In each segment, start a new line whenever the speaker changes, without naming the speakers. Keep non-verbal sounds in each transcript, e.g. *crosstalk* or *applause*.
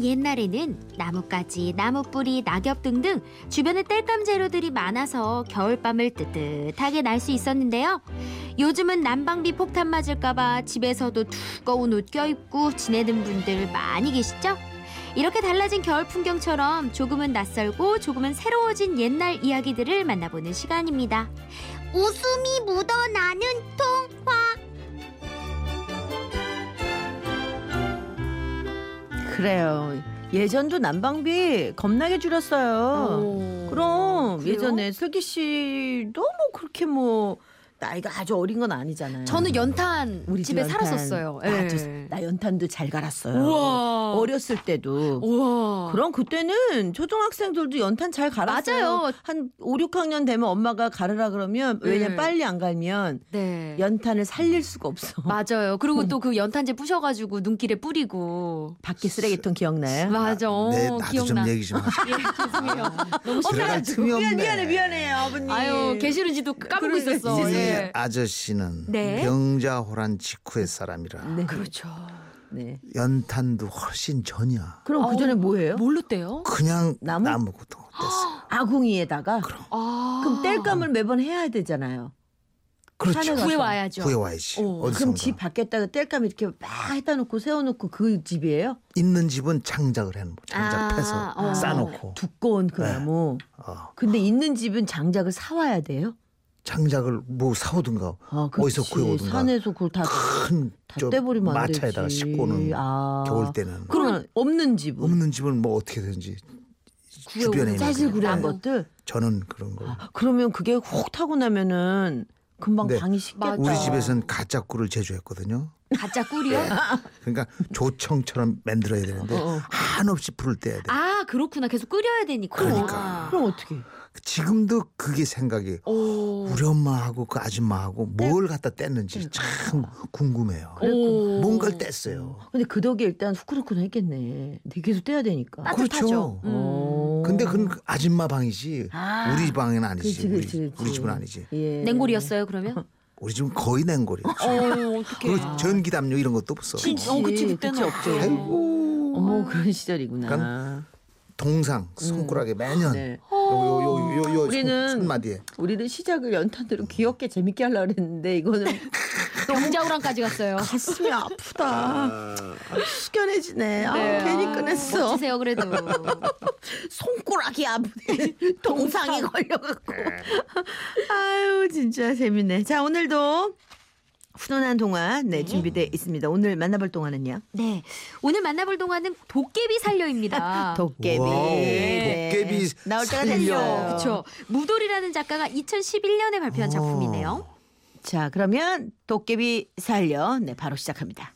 옛날에는 나뭇가지, 나무뿌리, 낙엽 등등 주변에 땔감 재료들이 많아서 겨울밤을 뜨뜻하게 날 수 있었는데요. 요즘은 난방비 폭탄 맞을까봐 집에서도 두꺼운 옷 껴입고 지내는 분들 많이 계시죠? 이렇게 달라진 겨울 풍경처럼 조금은 낯설고 조금은 새로워진 옛날 이야기들을 만나보는 시간입니다.
웃음이 묻어나는 통화.
그래요. 예전도 난방비 겁나게 줄였어요. 그럼
그래요?
예전에 슬기 씨도 뭐 그렇게 뭐 나이가 아주 어린 건 아니잖아요.
저는 연탄
우리 집
집에
연탄.
살았었어요.
나,
예.
저- 나 연탄도 잘 갈았어요.
우와.
어렸을 때도.
우와.
그럼 그때는 초등학생들도 연탄 잘 갈았어요.
맞아요.
한 5, 6학년 되면 엄마가 가르라 그러면 왜냐면
네.
빨리 안 갈면
네.
연탄을 살릴 수가 없어. *laughs*
맞아요. 그리고 또 그 연탄재 부셔가지고 눈길에 뿌리고.
밖에 쓰레기통 기억나요?
맞아. 어,
네, 나도
기억나.
좀 얘기 좀 하자.
*laughs*
예, 죄송해요. 너무
들어갈
심해가지고.
틈이 없네.
미안해요, 아버님.
*laughs* 아유, 계시는지도 까먹고
예. 그러게.
있었어.
이
네.
예.
아저씨는
네.
병자호란 직후의 사람이라
네.
그렇죠.
네.
연탄도 훨씬 전이야.
그럼 그 전에 뭐예요?
뭘로 떼요?
그냥
나무? 아,
나무 고등 됐어.
아궁이에다가
아.
그럼 뗄감을 매번 해야 되잖아요. 산에
그렇죠.
가서.
구해 와야죠.
구해 와야지.
오.
어디서
그럼 집 밖에다가 뗄감 이렇게 막 해다 놓고 세워 놓고 그 집이에요?
있는 집은 장작을 해놓은 거. 장작
아,
패서
어.
싸놓고
두꺼운 그
네.
나무.
어,
근데 있는 집은 장작을 사 와야 돼요?
장작을 뭐 사오든가
아,
어디서
그렇지.
구해오든가.
산에서 그걸 다, 다
큰저
떼버리면 안 되지.
마차에다가 싣고는
아.
겨울 때는
그럼 없는 집은
없는 집은 뭐 어떻게든지
구해오는
주변에 있는
짜질
그냥
구려한
네,
것들.
저는 그런 거.
아, 그러면 그게 혹 타고 나면은 금방
네.
방이 식겠다.
맞아.
우리 집에선 가짜 꿀을 제조했거든요.
가짜 꿀이요?
그러니까 조청처럼 만들어야 되는데 한없이 불을 떼야 돼.
아, 그렇구나. 계속 끓여야 되니까. 아.
그러니까.
그럼 어떻게?
지금도 그게 생각이
어.
오.
우리 엄마하고 그 아줌마하고 뭘
네.
갖다 뗐는지 참 궁금해요.
어.
오.
뭔가를 뗐어요.
근데 그 덕에 일단 후끈후끈 했겠네. 네, 계속 떼야 되니까.
따뜻하죠.
그렇죠.
음.
어.
근데 그건 그 아줌마 방이지
아.
우리 방은
그렇지,
아니지.
그렇지,
우리,
그렇지.
우리 집은 아니지.
예.
냉골이었어요, 그러면?
우리 집은 거의
어,
냉골이었어.
어떡해.
그리고 전기 담요 이런 것도 없어.
진짜.
어, 그치,
그치,
그때는
없죠.
없죠.
아이고
어머 그런 시절이구나.
동상 손가락에 매년
네.
어.
요요요요요
우리는-
손마디에
우리는 시작을 연탄으로 귀엽게 재밌게 하려고 그랬는데 이거는 *laughs*
병자호랑까지 갔어요.
가슴이 아프다. 숙연해지네. 아,
네.
괜히
아,
꺼냈어.
멋지세요, 그래도.
손가락이 아프네. *laughs* 동상이 걸려갖고. *laughs* 아유 진짜 재밌네. 자 오늘도 훈훈한 동화 네 준비돼 있습니다. 오늘 만나볼 동화는요.
네. 오늘 만나볼 동화는 도깨비 살려입니다.
도깨비.
와우,
네.
도깨비
나올 때가
살려.
됐어요.
그렇죠. 무돌이라는 작가가 2011년에 발표한 작품이네요.
자, 그러면 도깨비 살려. 네, 바로 시작합니다.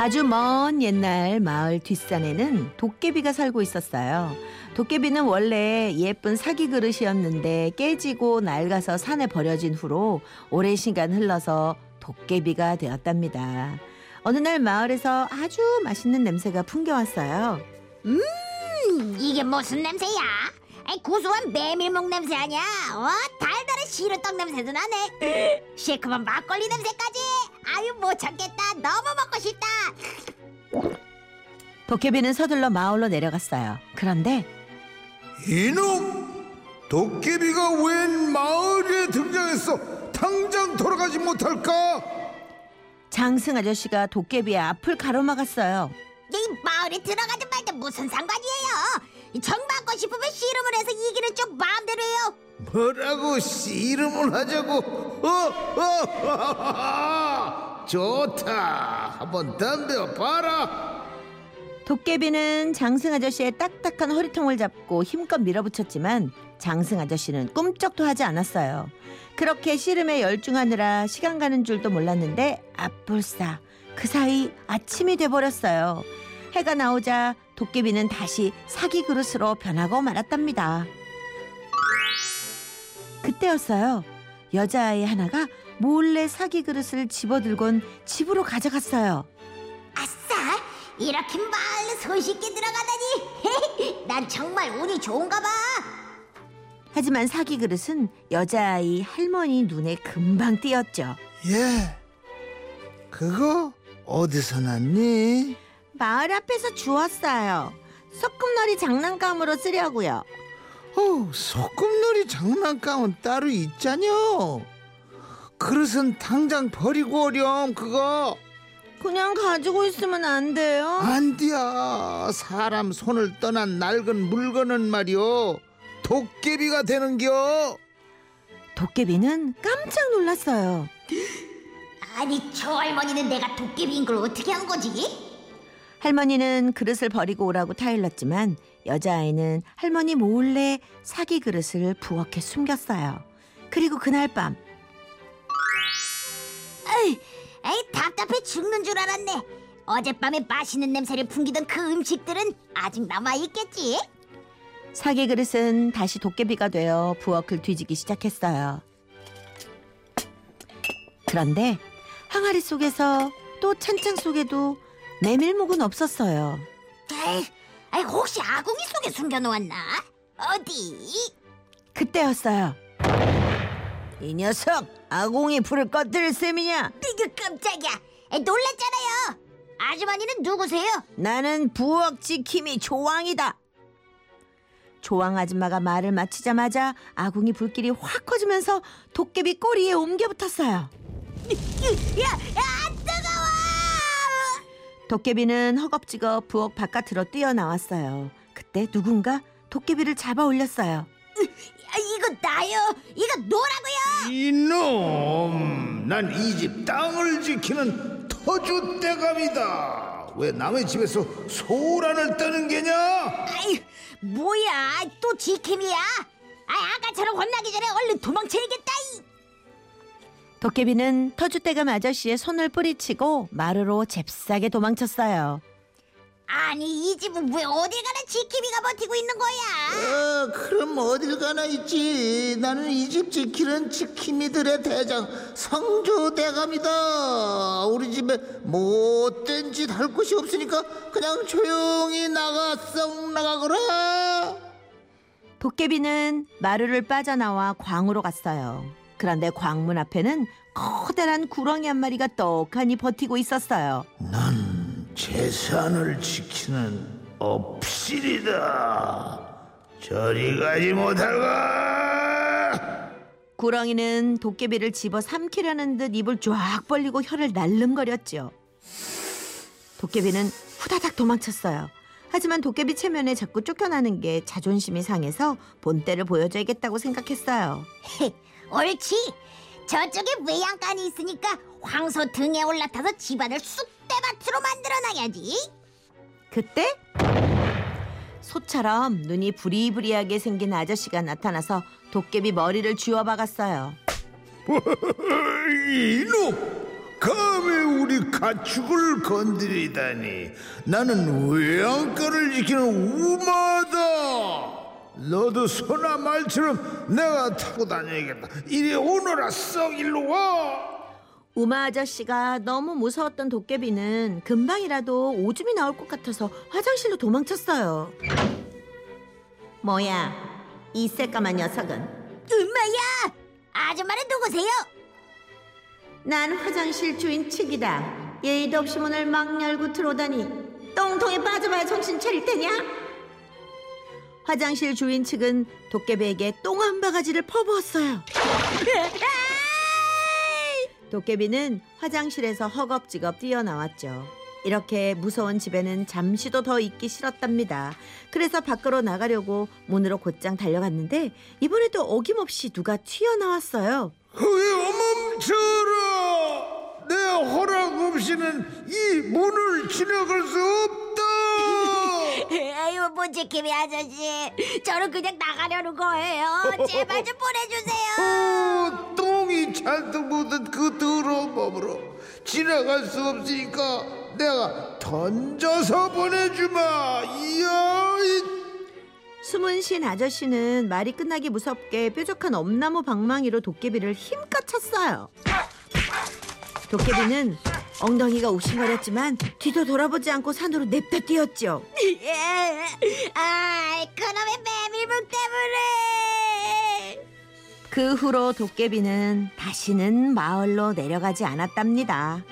아주 먼 옛날 마을 뒷산에는 도깨비가 살고 있었어요. 도깨비는 원래 예쁜 사기 그릇이었는데 깨지고 낡아서 산에 버려진 후로 오랜 시간 흘러서 도깨비가 되었답니다. 어느 날 마을에서 아주 맛있는 냄새가 풍겨왔어요.
이게 무슨 냄새야? 아이, 고소한 메밀목 냄새 아니야? 어, 달달한 시루떡 냄새도 나네. *laughs* 시큼한 막걸리 냄새까지. 아유, 못 참겠다. 너무 먹고 싶다.
도깨비는 서둘러 마을로 내려갔어요. 그런데
이놈 도깨비가 웬 마을에 등장했어 당장 돌아가지 못할까
장승 아저씨가 도깨비의 앞을 가로막았어요.
이 마을에 들어가지 말자 무슨 상관이에요? 정 받고 싶으면 씨름을 해서 이기는 쪽 마음대로 해요.
뭐라고 씨 이름을 하자고 어? 어어 어? *laughs* 좋다 한번 덤벼 봐라
도깨비는 장승 아저씨의 딱딱한 허리통을 잡고 힘껏 밀어붙였지만 장승 아저씨는 꿈쩍도 하지 않았어요. 그렇게 씨름에 열중하느라 시간 가는 줄도 몰랐는데 앞불싸 그 사이 아침이 돼버렸어요. 해가 나오자 도깨비는 다시 사기 그릇으로 변하고 말았답니다. 그때였어요. 여자아이 하나가 몰래 사기 그릇을 집어들곤 집으로 가져갔어요.
아싸! 이렇게 *laughs* 말로 손쉽게 들어가다니! 난 정말 운이 좋은가 봐!
하지만 사기 그릇은 여자아이 할머니 눈에 금방 띄었죠.
예. 그거 어디서 났니?
마을 앞에서 주웠어요. 소꿉놀이 장난감으로 쓰려고요.
어, 소꿉놀이 장난감은 따로 있잖여. 그릇은 당장 버리고 오렴 그거.
그냥 가지고 있으면 안 돼요.
아. 안디야 사람 손을 떠난 낡은 물건은 말이오 도깨비가 되는겨
도깨비는 깜짝 놀랐어요.
아니 저 할머니는 내가 도깨비인 걸 어떻게 한 거지?
할머니는 그릇을 버리고 오라고 타일렀지만 여자아이는 할머니 몰래 사기 그릇을 부엌에 숨겼어요. 그리고 그날 밤
에이 답답해 죽는 줄 알았네. 어젯밤에 맛있는 냄새를 풍기던 그 음식들은 아직 남아 있겠지?
사기 그릇은 다시 도깨비가 되어 부엌을 뒤지기 시작했어요. 그런데 항아리 속에서 또 찬장 속에도 메밀목은 없었어요.
에이, 에이 혹시 아궁이 속에 숨겨놓았나? 어디?
그때였어요. 이 녀석 아공이 불을 꺼뜨릴 셈이냐?
이게 깜짝이야. 에이, 놀랐잖아요. 아주머니는 누구세요?
나는 부엌 지킴이 조왕이다. 조왕 아줌마가 말을 마치자마자 아궁이 불길이 확 커지면서 도깨비 꼬리에 옮겨 붙었어요.
야, 야 뜨거워!
도깨비는 허겁지겁 부엌 바깥으로 뛰어나왔어요. 그때 누군가 도깨비를 잡아 올렸어요.
야, 아, 이거 나요. 이거 노라고요.
이놈 난 이 집 땅을 지키는 터줏대감이다 왜 남의 집에서 소란을 떠는 게냐
아이, 뭐야? 또 지킴이야? 아, 아까처럼 혼나기 전에 얼른 도망쳐야겠다. 이.
도깨비는 터줏대감 아저씨의 손을 뿌리치고 마루로 잽싸게 도망쳤어요.
아니, 이 집은 왜 어딜 가나 지킴이가 버티고 있는 거야?
어, 그럼 어딜 가나 있지 나는 이 집 지키는 지킴이들의 대장 성조대감이다 우리 집에 못된 짓 할 곳이 없으니까 그냥 조용히 나가 썩 나가거라
도깨비는 마루를 빠져나와 광으로 갔어요. 그런데 광문 앞에는 커다란 구렁이 한 마리가 떡하니 버티고 있었어요.
재산을 지키는 업실이다. 저리 가지 못하고
구렁이는 도깨비를 집어 삼키려는 듯 입을 쫙 벌리고 혀를 날름거렸죠. 도깨비는 후다닥 도망쳤어요. 하지만 도깨비 체면에 자꾸 쫓겨나는 게 자존심이 상해서 본때를 보여줘야겠다고 생각했어요.
옳지. 저쪽에 외양간이 있으니까 황소 등에 올라타서 집안을 쑥대밭으로 만들어놔야지.
그때 소처럼 눈이 부리부리하게 생긴 아저씨가 나타나서 도깨비 머리를 쥐어박았어요.
이놈! 감히 우리 가축을 건드리다니 나는 외양간을 지키는 우마다 너도 소나 말처럼 내가 타고 다녀야겠다 이리 오너라 썩 일로 와
우마 아저씨가 너무 무서웠던 도깨비는 금방이라도 오줌이 나올 것 같아서 화장실로 도망쳤어요. 뭐야, 이 새까만 녀석은?
엄마야, 아줌마는 누구세요?
난 화장실 주인 측이다. 예의도 없이 문을 막 열고 들어오다니 똥통에 빠져봐야 정신 차릴 테냐? 화장실 주인 측은 도깨비에게 똥 한 바가지를 퍼부었어요. 도깨비는 화장실에서 허겁지겁 뛰어나왔죠. 이렇게 무서운 집에는 잠시도 더 있기 싫었답니다. 그래서 밖으로 나가려고 문으로 곧장 달려갔는데 이번에도 어김없이 누가 튀어나왔어요.
그게 멈춰라! 내 허락 없이는 이 문을 지나갈 수 없다!
아유, 뭐지킴이 아저씨. 저는 그냥 나가려는 거예요. 제발 좀 보내주세요.
어, 똥이 잔뜩 묻은 그 더러운 몸으로 지나갈 수 없으니까 내가 던져서 보내주마! 이야! 이
숨은 신 아저씨는 말이 끝나기 무섭게 뾰족한 엄나무 방망이로 도깨비를 힘껏 쳤어요. 도깨비는 엉덩이가 욱신거렸지만 뒤도 돌아보지 않고 산으로 냅다 뛰었죠.
예. 아, 그놈의 메밀묵 때문에.
그 후로 도깨비는 다시는 마을로 내려가지 않았답니다.